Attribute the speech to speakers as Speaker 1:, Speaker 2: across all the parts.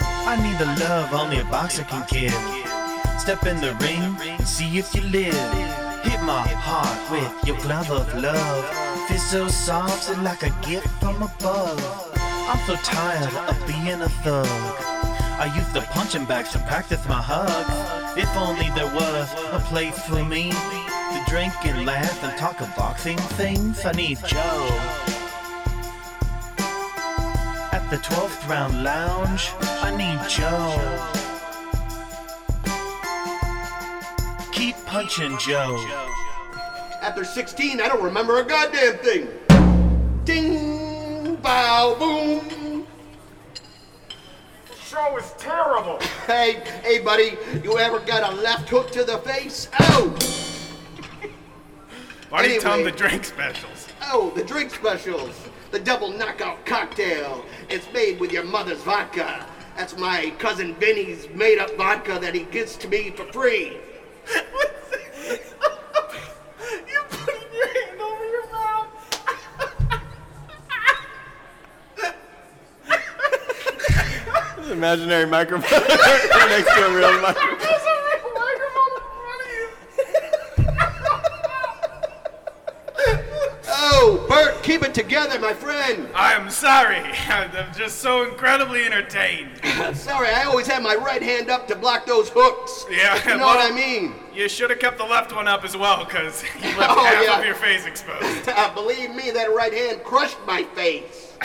Speaker 1: I need the love only a boxer can give. Step in the ring, see if you live. Hit my heart with your glove of love. Feel so soft and like a gift from above. I'm so tired of being a thug. I used the punching bags to practice my hugs. If only there was a place for me to drink and laugh and talk of boxing things. I need Joe. At the 12th round lounge, I need Joe. Keep punching Joe.
Speaker 2: After 16, I don't remember a goddamn thing. Ding, bow, boom.
Speaker 3: show is terrible.
Speaker 2: Hey, hey, buddy, you ever got a left hook to the face? Oh, Ow!
Speaker 4: Why do you tell them the
Speaker 2: Anyway.
Speaker 4: drink specials?
Speaker 2: Oh, the drink specials. The double knockout cocktail. It's made with your mother's vodka. That's my cousin Vinny's made up vodka that he gives to me for free.
Speaker 3: you putting your hand over your mouth.
Speaker 5: Imaginary microphone next to a real microphone.
Speaker 3: There's a real microphone in front of you.
Speaker 2: Oh, Bert, keep it together, my friend.
Speaker 4: I'm sorry. I'm just so incredibly entertained.
Speaker 2: Sorry, I always have my right hand up to block those hooks.
Speaker 4: Yeah,
Speaker 2: If you know
Speaker 4: well-
Speaker 2: what I mean.
Speaker 4: You should have kept the left one up as well, because you left
Speaker 2: Oh,
Speaker 4: half
Speaker 2: yeah.
Speaker 4: of your face exposed.
Speaker 2: Uh, believe me, that right hand crushed my face.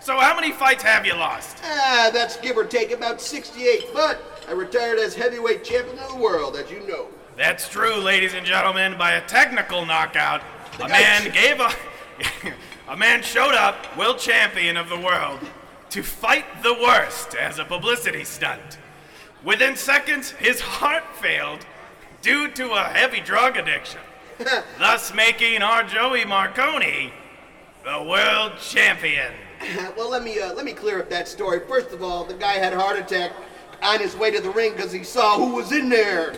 Speaker 4: So, how many fights have you lost?
Speaker 2: Ah, that's give or take about 68, but I retired as heavyweight champion of the world, as you know.
Speaker 4: That's true, ladies and gentlemen. By a technical knockout, a
Speaker 2: Nice.
Speaker 4: man gave a. a man showed up, world champion of the world, to fight the worst as a publicity stunt. Within seconds, his heart failed due to a heavy drug addiction, thus making our Joey Marconi the world champion.
Speaker 2: well, let me uh, let me clear up that story. First of all, the guy had a heart attack on his way to the ring because he saw who was in there.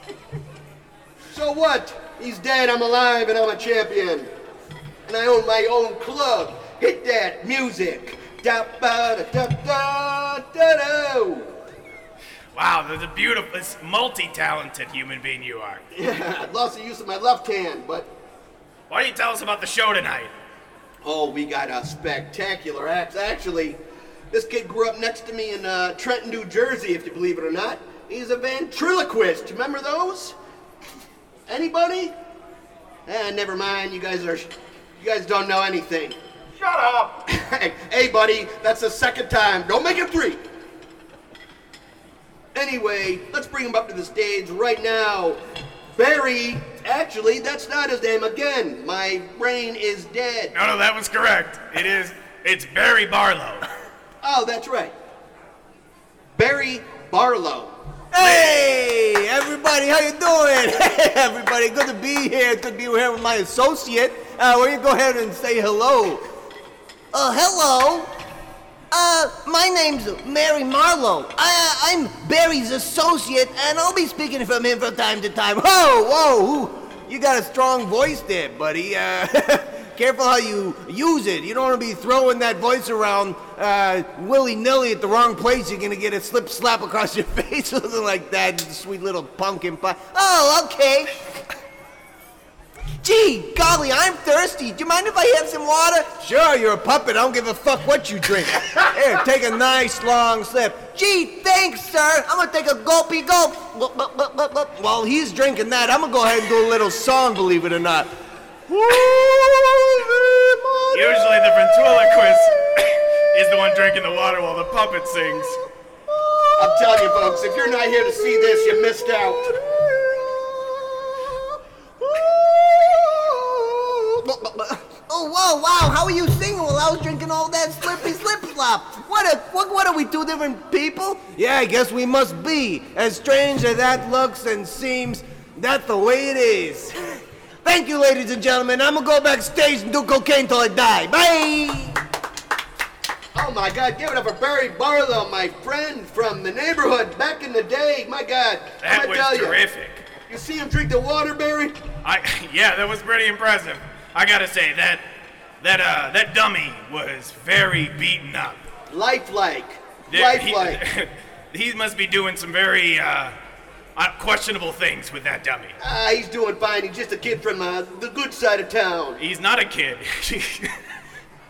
Speaker 2: so what? He's dead. I'm alive, and I'm a champion. And I own my own club. Hit that music. Da ba da da da da do.
Speaker 4: Wow, the, the beautiful, this multi-talented human being you are.
Speaker 2: I lost the use of my left hand, but
Speaker 4: Why don't you tell us about the show tonight?
Speaker 2: Oh, we got a spectacular act. Actually, this kid grew up next to me in uh, Trenton, New Jersey, if you believe it or not. He's a ventriloquist. Remember those? Anybody? Eh, never mind. You guys are, you guys don't know anything.
Speaker 3: Shut up.
Speaker 2: hey, hey, buddy, that's the second time. Don't make it three. Anyway, let's bring him up to the stage right now. Barry, actually, that's not his name again. My brain is dead.
Speaker 4: No, no, that was correct. It is. It's Barry Barlow.
Speaker 2: Oh, that's right. Barry Barlow.
Speaker 5: Hey, everybody, how you doing? Hey, everybody, good to be here. Good to be here with my associate. Uh, why don't you go ahead and say hello?
Speaker 6: Uh, hello. Uh, my name's Mary Marlowe. I,
Speaker 5: uh,
Speaker 6: I'm Barry's associate, and I'll be speaking from him from time to time.
Speaker 5: Whoa, whoa, who- you got a strong voice there, buddy. Uh, careful how you use it. You don't want to be throwing that voice around uh, willy nilly at the wrong place. You're gonna get a slip slap across your face or something like that. Sweet little pumpkin pie.
Speaker 6: Oh, okay. Gee, golly, I'm thirsty. Do you mind if I have some water?
Speaker 5: Sure, you're a puppet. I don't give a fuck what you drink. Here, take a nice long sip.
Speaker 6: Gee, thanks, sir. I'm gonna take a gulpy gulp. Gulp, gulp, gulp, gulp, gulp.
Speaker 5: While he's drinking that, I'm gonna go ahead and do a little song, believe it or not. Usually
Speaker 4: Usually, the ventriloquist is the one drinking the water while the puppet sings.
Speaker 2: I'm telling you, folks, if you're not here to see this, you missed out.
Speaker 6: Oh, whoa, wow. How are you singing while I was drinking all that slippy slip slop? What, a, what, what are we, two different people?
Speaker 5: Yeah, I guess we must be. As strange as that looks and seems, that's the way it is. Thank you, ladies and gentlemen. I'm gonna go backstage and do cocaine till I die. Bye!
Speaker 2: Oh my god, give it up for Barry Barlow, my friend from the neighborhood back in the day. My god,
Speaker 4: That
Speaker 2: let me tell
Speaker 4: was terrific.
Speaker 2: you. You see him drink the water, Barry?
Speaker 4: I yeah, that was pretty impressive. I gotta say that that uh that dummy was very beaten up.
Speaker 2: Lifelike.
Speaker 4: Yeah, he-
Speaker 2: Lifelike.
Speaker 4: he must be doing some very uh, uh, questionable things with that dummy.
Speaker 2: Ah, he's doing fine. He's just a kid from uh, the good side of town.
Speaker 4: He's not a kid.
Speaker 6: I,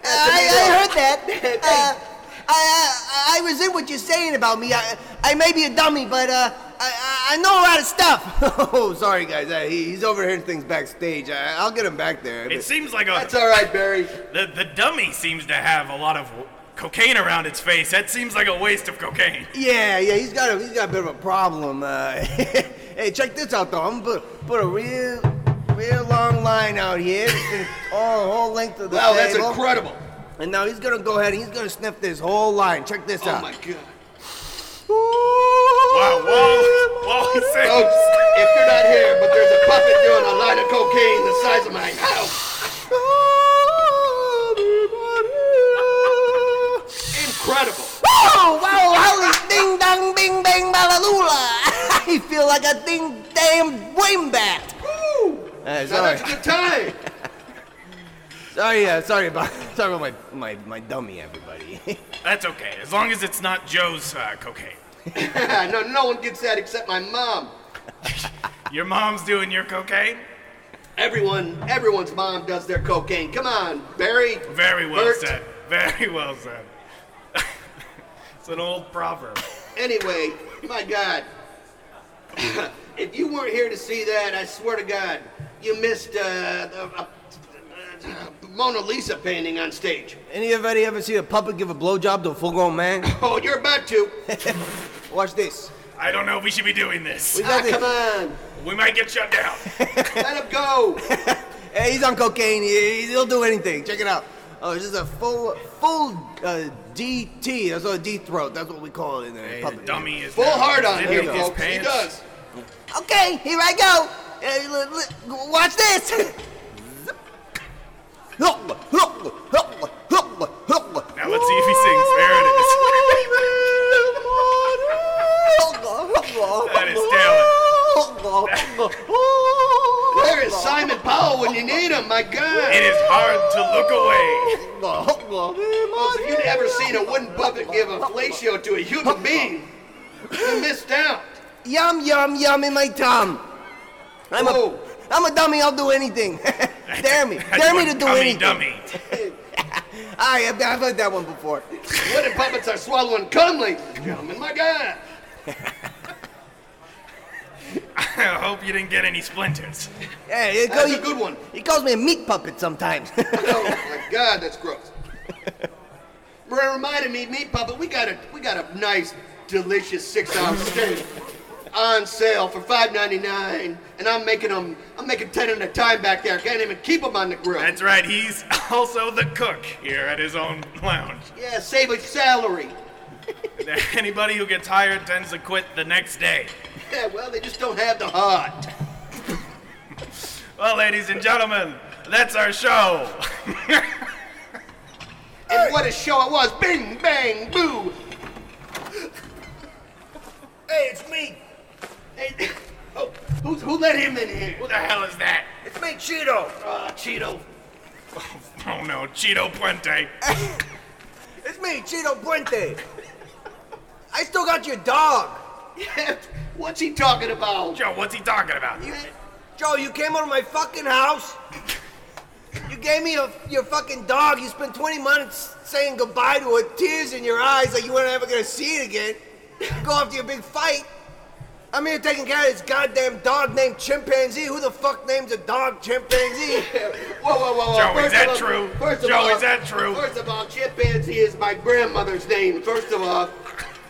Speaker 6: I heard that. Uh, I, I, I was in what you're saying about me. I, I may be a dummy, but uh, I, I I know a lot of stuff.
Speaker 5: oh, sorry guys. Uh, he, he's overhearing things backstage. I, I'll get him back there.
Speaker 4: it seems like a
Speaker 2: That's all right, Barry.
Speaker 4: the, the dummy seems to have a lot of w- cocaine around its face. That seems like a waste of cocaine.
Speaker 5: Yeah, yeah, he's got a he's got a bit of a problem. Uh, hey, check this out though. I'm gonna put, put a real, real long line out here, and all the whole length of the
Speaker 2: Wow, that's
Speaker 5: table.
Speaker 2: incredible.
Speaker 5: And now he's gonna go ahead and he's gonna sniff this whole line. Check this
Speaker 2: Oh
Speaker 5: out.
Speaker 2: my god.
Speaker 4: Wow, whoa, whoa, he said-
Speaker 2: Folks, if you're not here, but there's a puppet doing a line of cocaine the size of my house. Incredible.
Speaker 6: oh, wow, holy ding dong, bing bang, balalola. I feel like a ding damn windbat.
Speaker 5: Uh,
Speaker 2: Now
Speaker 5: sorry,
Speaker 2: that's a good time.
Speaker 5: sorry, uh, sorry about sorry about my my, my dummy, everybody.
Speaker 4: That's okay, as long as it's not Joe's uh, cocaine.
Speaker 2: no, no one gets that except my mom.
Speaker 4: Your mom's doing your cocaine?
Speaker 2: Everyone, everyone's mom does their cocaine. Come on, Barry.
Speaker 4: Very well
Speaker 2: Bert.
Speaker 4: said. Very well said. it's an old proverb.
Speaker 2: Anyway, my God, if you weren't here to see that, I swear to God, you missed uh, the- uh, Mona Lisa painting on stage.
Speaker 5: Anybody ever see a puppet give a blowjob to a full-grown man?
Speaker 2: Oh, you're about to.
Speaker 5: Watch this.
Speaker 4: I don't know if we should be doing this.
Speaker 5: We
Speaker 2: Ah,
Speaker 5: got
Speaker 2: come
Speaker 5: this.
Speaker 2: on,
Speaker 4: We might get shut down.
Speaker 2: let him go.
Speaker 5: Hey, he's on cocaine. He, he'll do anything. Check it out. Oh, this is a full full uh, DT. That's a D throat. That's what we call it in there.
Speaker 4: Hey, the dummy is
Speaker 2: Full
Speaker 4: now
Speaker 2: hard on
Speaker 4: zipping
Speaker 2: here,
Speaker 4: his
Speaker 2: folks. He
Speaker 4: pants.
Speaker 2: does.
Speaker 6: Okay, here I go. Uh, l- l- watch this.
Speaker 4: Now let's see if he sings. There it is. That is
Speaker 2: Where is Simon Powell when you need him? My God.
Speaker 4: It is hard to look away.
Speaker 2: Folks, if you've ever seen a wooden puppet give a fellatio to a human being, you missed out.
Speaker 5: Yum yum yum in my tum. I'm
Speaker 2: Whoa.
Speaker 5: a I'm a dummy. I'll do anything. dare me. Dare me to do
Speaker 4: Dummy,
Speaker 5: anything.
Speaker 4: Dummy.
Speaker 5: I I've, I've heard that one before.
Speaker 2: Wooden puppets are swallowing cum, ladies and gentlemen. My God.
Speaker 4: I hope you didn't get any splinters.
Speaker 5: Yeah, it
Speaker 2: That's
Speaker 5: goes-
Speaker 2: a good one.
Speaker 5: He calls me a meat puppet sometimes.
Speaker 2: Oh my God, that's gross. But it reminded me, meat puppet, we got a we got a nice, delicious six-ounce steak on sale for $5.99, and I'm making them. I'm making ten at a time back there. Can't even keep them on the grill.
Speaker 4: That's right, he's also the cook here at his own lounge.
Speaker 2: yeah, save a salary.
Speaker 4: Anybody who gets hired tends to quit the next day.
Speaker 2: Yeah, well, they just don't have the heart.
Speaker 4: Well, ladies and gentlemen, that's our show.
Speaker 2: And what a show it was! Bing, bang, boo.
Speaker 5: hey, it's me.
Speaker 2: Hey, oh, who, who let him in here?
Speaker 4: Who the hell uh, is that?
Speaker 5: It's me, Cheeto.
Speaker 2: Ah, Cheeto.
Speaker 4: Oh no, Cheeto Puente.
Speaker 5: It's me, Cheeto Puente. I still got your dog.
Speaker 2: What's he talking about?
Speaker 4: Joe, what's he talking about?
Speaker 5: Joe, you came over to my fucking house. You gave me a, your fucking dog. You spent 20 months saying goodbye to it, tears in your eyes, like you weren't ever gonna see it again. You go after your big fight. I'm here taking care of this goddamn dog named Chimpanzee. Who the fuck names a dog Chimpanzee?
Speaker 2: Whoa, whoa, whoa, whoa.
Speaker 4: Joe, is
Speaker 2: First
Speaker 4: that
Speaker 2: of all-
Speaker 4: true?
Speaker 2: First of
Speaker 4: Joe,
Speaker 2: all,
Speaker 4: is that true?
Speaker 2: First of all, chimpanzee is my grandmother's name, first of all.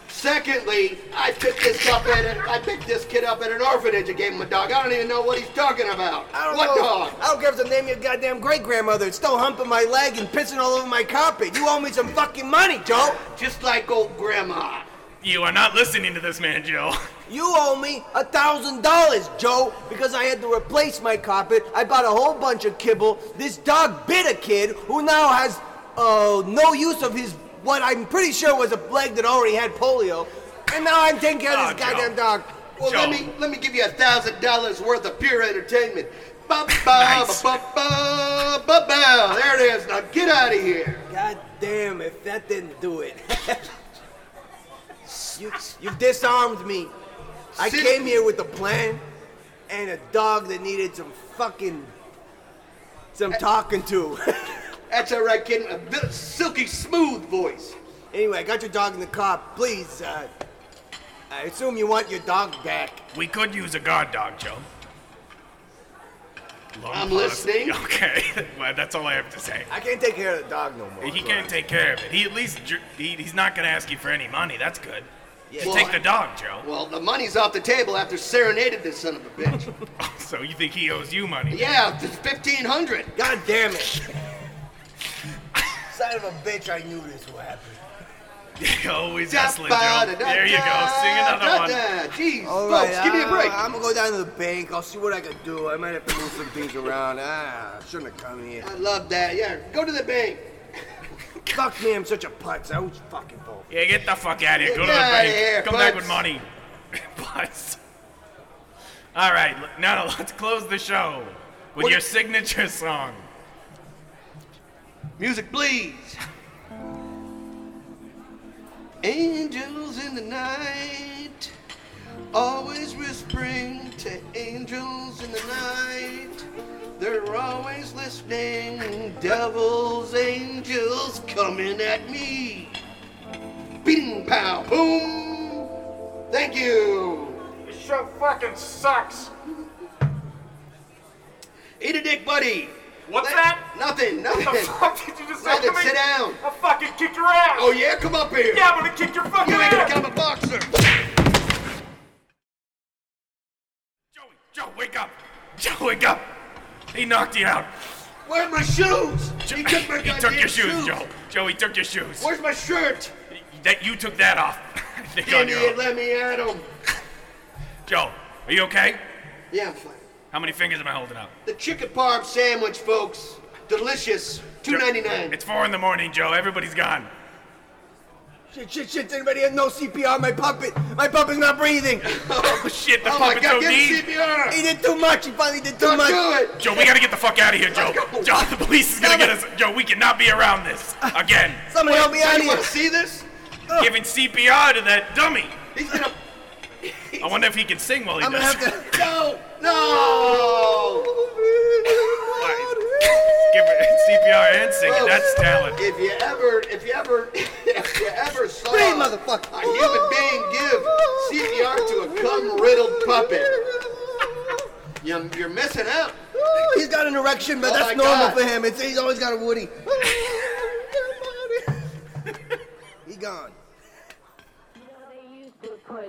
Speaker 2: Secondly, I picked this up at a, I picked this kid up at an orphanage and gave him a dog. I don't even know what he's talking about.
Speaker 5: I don't
Speaker 2: what
Speaker 5: know.
Speaker 2: dog?
Speaker 5: I don't care if it's the name of your goddamn great grandmother. It's still humping my leg and pissing all over my carpet. You owe me some fucking money, Joe.
Speaker 2: Just like old grandma.
Speaker 4: You are not listening to this man, Joe.
Speaker 5: You owe me a thousand dollars, Joe, because I had to replace my carpet. I bought a whole bunch of kibble. This dog bit a kid who now has uh, no use of his what I'm pretty sure was a leg that already had polio, and now I'm taking care of this
Speaker 4: Oh, Joe.
Speaker 5: goddamn dog.
Speaker 2: Well,
Speaker 4: Joe.
Speaker 2: let me let me give you a thousand dollars worth of pure entertainment. Ba ba
Speaker 4: Nice.
Speaker 2: ba ba ba ba. There it is. Now get out of here.
Speaker 5: God damn! If that didn't do it. You, you've disarmed me. I
Speaker 2: Sid-
Speaker 5: came here with a plan and a dog that needed some fucking. some talking to.
Speaker 2: That's all right, kid. A bit of silky smooth voice.
Speaker 5: anyway, I got your dog in the car. Please, uh, I assume you want your dog back.
Speaker 4: We could use a guard dog, Joe. Long
Speaker 2: I'm
Speaker 4: pause.
Speaker 2: listening.
Speaker 4: Okay, well, that's all I have to say.
Speaker 5: I can't take care of the dog no more.
Speaker 4: He
Speaker 5: so
Speaker 4: can't
Speaker 5: I-
Speaker 4: take care of it. He at least dr- he, he's not gonna ask you for any money. That's good.
Speaker 5: Yeah.
Speaker 4: Just take the dog, Joe.
Speaker 2: Well, the money's off the table after serenaded this son of a bitch.
Speaker 4: so you think he owes you money?
Speaker 2: yeah, it's fifteen hundred.
Speaker 5: God damn it. Son of a bitch, I knew this would happen.
Speaker 4: Always hustling, Joe. There you go. Sing another one.
Speaker 2: Jeez,
Speaker 5: All
Speaker 2: folks,
Speaker 5: right,
Speaker 2: give me a break.
Speaker 5: I, am gonna go down to the bank. I'll see what I can do. I might have to move some things around. Ah, I shouldn't have come here.
Speaker 2: I love that. Yeah, go to the bank.
Speaker 5: Fuck me, I'm such a putz. I was fucking both.
Speaker 4: Yeah, get the fuck out of here. Go to the
Speaker 2: Get outta
Speaker 4: bank.
Speaker 2: here,
Speaker 4: Come back
Speaker 2: butts.
Speaker 4: with money. Butts. All right, l- now let's close the show with your signature song.
Speaker 2: Music, please. Angels in the night, always whispering to angels in the night. They're always listening. Devils, angels coming at me. Bing, pow, boom. Thank you.
Speaker 3: This show fucking sucks.
Speaker 2: Eat a dick, buddy.
Speaker 3: What's
Speaker 2: Thank-
Speaker 3: that?
Speaker 2: Nothing,
Speaker 3: The
Speaker 2: nothing.
Speaker 3: fuck did you just say
Speaker 2: Nothing,
Speaker 3: to me?
Speaker 2: sit down.
Speaker 3: I'll fucking kick your ass.
Speaker 2: Oh, yeah, come up here.
Speaker 3: Yeah, I'm gonna kick your fucking
Speaker 2: You ain't gonna
Speaker 3: ass.
Speaker 2: become a boxer.
Speaker 4: Joey, Joe, wake up. Joe, wake up. He knocked you out.
Speaker 2: Where are my shoes?
Speaker 4: Jo-
Speaker 2: He took my
Speaker 4: he took
Speaker 2: goddamn
Speaker 4: your shoes, Joe. Joe, he took your shoes.
Speaker 2: Where's my shirt?
Speaker 4: That you took that off. I think
Speaker 2: Give
Speaker 4: on
Speaker 2: me
Speaker 4: your
Speaker 2: it,
Speaker 4: own.
Speaker 2: let me at him.
Speaker 4: Joe, are you okay?
Speaker 2: Yeah, I'm fine.
Speaker 4: How many fingers am I holding up?
Speaker 2: The chicken parm sandwich, folks. Delicious. Two
Speaker 4: Joe-
Speaker 2: ninety nine.
Speaker 4: It's four in the morning, Joe. Everybody's gone.
Speaker 5: Shit, shit, shit. Does anybody have no CPR? My puppet, my puppet's not breathing.
Speaker 4: Oh shit, the
Speaker 2: Oh my
Speaker 4: puppet's
Speaker 2: god, give me
Speaker 4: OD.
Speaker 2: CPR!
Speaker 5: he did too much. He finally did too
Speaker 2: Don't
Speaker 5: much.
Speaker 2: do it!
Speaker 4: Joe, we gotta get the fuck out of here, Joe.
Speaker 2: Let's go.
Speaker 4: Joe, the police is gonna get us. Joe, we cannot be around this again.
Speaker 5: Somebody help me
Speaker 2: Now
Speaker 5: out
Speaker 2: you
Speaker 5: here.
Speaker 2: wanna see this?
Speaker 4: Giving CPR to that dummy.
Speaker 2: He's gonna
Speaker 4: I wonder if he can sing while he
Speaker 5: I'm gonna
Speaker 4: does.
Speaker 5: have to.
Speaker 2: No! No!
Speaker 4: Give it CPR and sing. it. That's talent.
Speaker 2: If you ever, if you ever, if you ever saw
Speaker 5: Breathe, motherfucker.
Speaker 2: a human being give CPR to a cum-riddled puppet, you're, you're missing out.
Speaker 5: He's got an erection, but
Speaker 2: Oh
Speaker 5: that's
Speaker 2: my
Speaker 5: normal
Speaker 2: God.
Speaker 5: for him. It's, he's always got a Woody. he gone.
Speaker 7: They used to push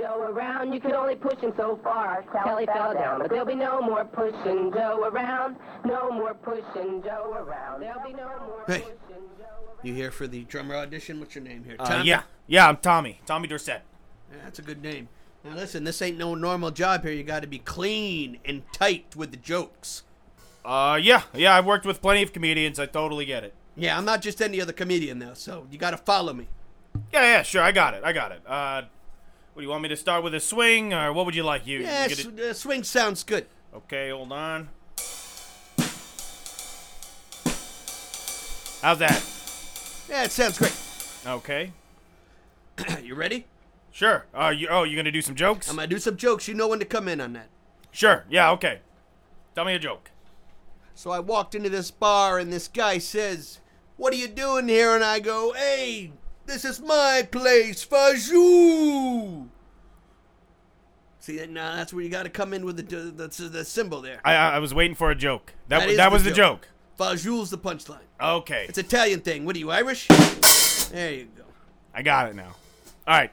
Speaker 7: Joe around, you could only push him so far. Sally fell down, but there'll be no more pushing Joe around. No more pushing Joe around. There'll be no more
Speaker 2: Hey.
Speaker 7: pushing Joe around.
Speaker 2: You here for the drummer audition? What's your name here?
Speaker 4: Uh, yeah, yeah. I'm Tommy. Tommy Dorsett.
Speaker 2: Yeah, That's a good name. Now listen, this ain't no normal job here. You got to be clean and tight with the jokes.
Speaker 4: Uh, yeah, yeah. I've worked with plenty of comedians. I totally get it.
Speaker 2: Yeah, I'm not just any other comedian though, so you got to follow me.
Speaker 4: Yeah, yeah. Sure, I got it. I got it. Uh, what do you want me to start with a swing, or what would you like? You, you
Speaker 2: Yeah,
Speaker 4: get
Speaker 2: sw-
Speaker 4: it-
Speaker 2: uh, swing sounds good.
Speaker 4: Okay, hold on. How's that?
Speaker 2: Yeah, it sounds great.
Speaker 4: Okay.
Speaker 2: you ready?
Speaker 4: Sure. Uh, you, oh, you're gonna do some jokes?
Speaker 2: I'm gonna do some jokes. You know when to come in on that.
Speaker 4: sure. Yeah. Okay. Tell me a joke.
Speaker 2: So I walked into this bar and this guy says, What are you doing here? And I go, Hey, this is my place, Fajou. See, that- now that's where you got to come in with the, the, the, the symbol there.
Speaker 4: I, I I was waiting for a joke.
Speaker 2: That
Speaker 4: That w-
Speaker 2: is
Speaker 4: that
Speaker 2: the
Speaker 4: was the
Speaker 2: joke.
Speaker 4: joke.
Speaker 2: Fajou's the punchline.
Speaker 4: Okay.
Speaker 2: It's Italian thing. What are you, Irish? There you go.
Speaker 4: I got it now. All right.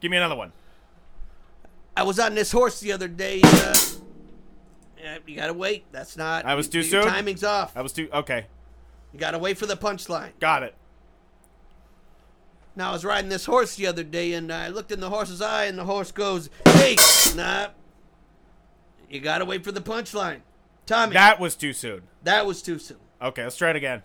Speaker 4: Give me another one.
Speaker 2: I was on this horse the other day. And, uh, yeah, you gotta wait. That's not.
Speaker 4: I was too
Speaker 2: your
Speaker 4: soon?
Speaker 2: Timing's off.
Speaker 4: That was too. Okay.
Speaker 2: You gotta wait for the punchline.
Speaker 4: Got it.
Speaker 2: Now I was riding this horse the other day, and I looked in the horse's eye, and the horse goes, "Hey, nah, you gotta wait for the punchline." Tommy, that,
Speaker 4: That was too soon.
Speaker 2: was too soon.
Speaker 4: Okay. Let's try it again.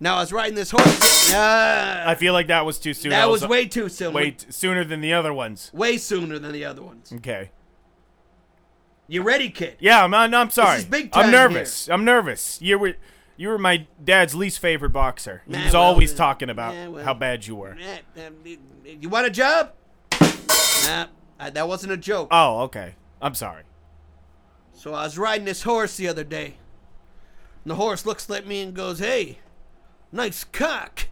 Speaker 2: Now I was riding this horse. Nah,
Speaker 4: I feel like that was too soon.
Speaker 2: that was
Speaker 4: a-
Speaker 2: way too soon.
Speaker 4: way t- sooner than the other ones.
Speaker 2: way sooner than the other ones.
Speaker 4: Okay.
Speaker 2: You ready, kid?
Speaker 4: Yeah, I'm. I'm, I'm sorry.
Speaker 2: is big time
Speaker 4: I'm nervous. I'm nervous. You were. You were my dad's least favorite boxer. He
Speaker 5: Nah,
Speaker 4: was
Speaker 5: well,
Speaker 4: always
Speaker 5: uh,
Speaker 4: talking about
Speaker 5: yeah, well.
Speaker 4: how bad you were.
Speaker 5: Eh, um, y- y- You want a job? Nah, uh, that wasn't a joke.
Speaker 4: Oh, okay. I'm sorry.
Speaker 5: So I was riding this horse the other day. And the horse looks at me and goes, Hey, nice cock.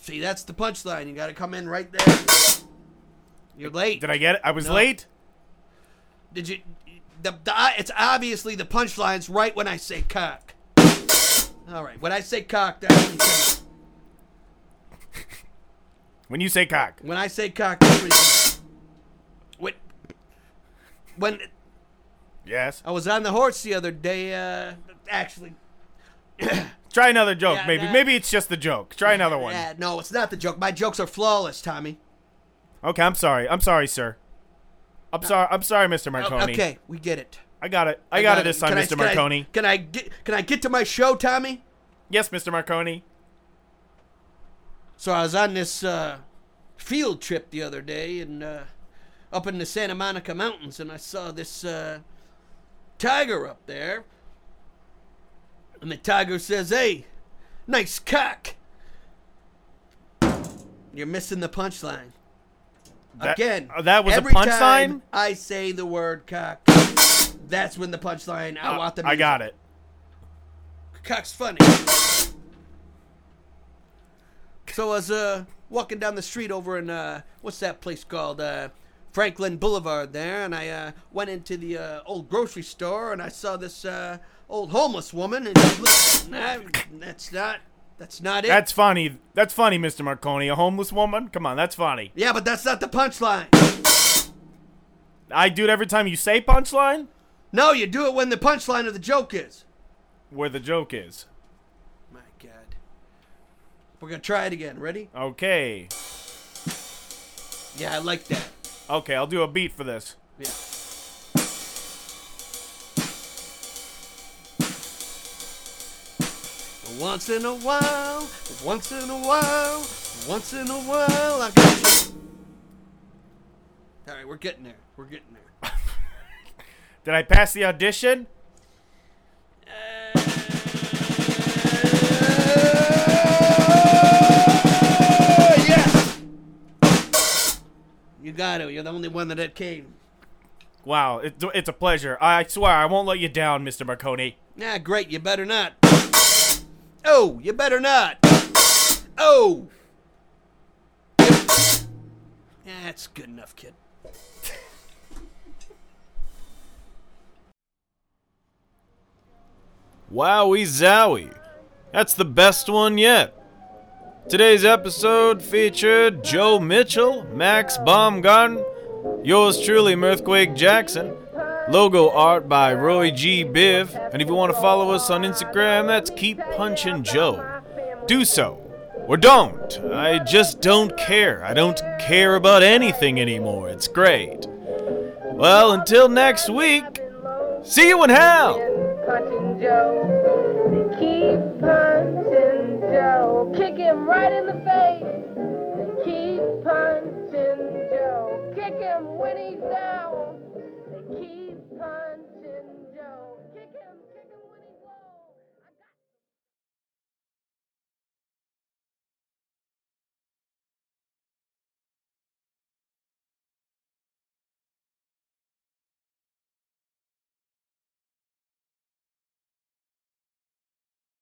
Speaker 5: See, that's the punchline. You gotta come in right there. You're late.
Speaker 4: Did I get it? I was
Speaker 5: No.
Speaker 4: late.
Speaker 5: Did you? The, the it's obviously the punchline's right when I say cock. All right, when I say cock, that's when you say.
Speaker 4: When you say cock,
Speaker 5: When I say cock, that's when you say. When, when
Speaker 4: yes.
Speaker 5: I was on the horse the other day, uh, actually,
Speaker 4: Try another joke,
Speaker 5: Yeah,
Speaker 4: maybe.
Speaker 5: nah.
Speaker 4: Maybe it's just the joke. Try another one.
Speaker 5: uh, no, it's not the joke. My jokes are flawless, Tommy.
Speaker 4: Okay, I'm sorry. I'm sorry, sir. I'm sorry. I'm sorry, Mr. Marconi.
Speaker 5: Oh, Okay, we get it.
Speaker 4: I got it. I, got, it this time,
Speaker 5: Can I-
Speaker 4: Mr.
Speaker 5: can I-
Speaker 4: Marconi.
Speaker 5: Can I get can I get to my show, Tommy?
Speaker 4: Yes, Mr. Marconi.
Speaker 5: So I was on this uh, field trip the other day, and uh, up in the Santa Monica Mountains, and I saw this uh, tiger up there. And the tiger says, "Hey, nice cock." You're missing the punchline
Speaker 4: That-
Speaker 5: again.
Speaker 4: uh, that was
Speaker 5: every
Speaker 4: a punchline.
Speaker 5: time I say the word cock. That's when the punchline. I want the.
Speaker 4: Uh, I
Speaker 5: music.
Speaker 4: got it.
Speaker 5: Cock's funny. So I was uh, walking down the street over in uh, what's that place called uh, Franklin Boulevard there, and I uh, went into the uh, old grocery store and I saw this uh, old homeless woman, and she looked, nah, that's not that's not it.
Speaker 4: That's funny. That's funny, Mr. Marconi. A homeless woman? Come on, that's funny.
Speaker 5: yeah, but that's not the punchline.
Speaker 4: I do it every time you say punchline,
Speaker 5: No, you do it when the punchline of the joke is.
Speaker 4: where the joke is.
Speaker 5: My God, we're gonna try it again. Ready?
Speaker 4: Okay.
Speaker 5: Yeah, I like that.
Speaker 4: Okay, I'll do a beat for this.
Speaker 5: Yeah. Once in a while, once in a while, once in a while, I got. All right, we're getting there. We're getting there.
Speaker 4: Did I pass the audition?
Speaker 5: You got it. You're the only one that it came.
Speaker 4: Wow, it, it's a pleasure. I swear I won't let you down, Mr. Marconi.
Speaker 5: Nah, great. You better not. Oh, you better not. Oh. That's good enough, kid.
Speaker 8: Wowie zowie. That's the best one yet. Today's episode featured Joe Mitchell, Max Baumgarten, yours truly, Mirthquake Jackson. Logo art by Roy G. Biv. And if you want to follow us on Instagram, that's Keep Punching Joe. Do so. Or don't. I just don't care. I don't care about anything anymore. It's great. Well, until next week, see you in hell!
Speaker 7: Punching Joe. Keep punching Joe. Kick him right in the face. Keep punching Joe. Kick him when he's down.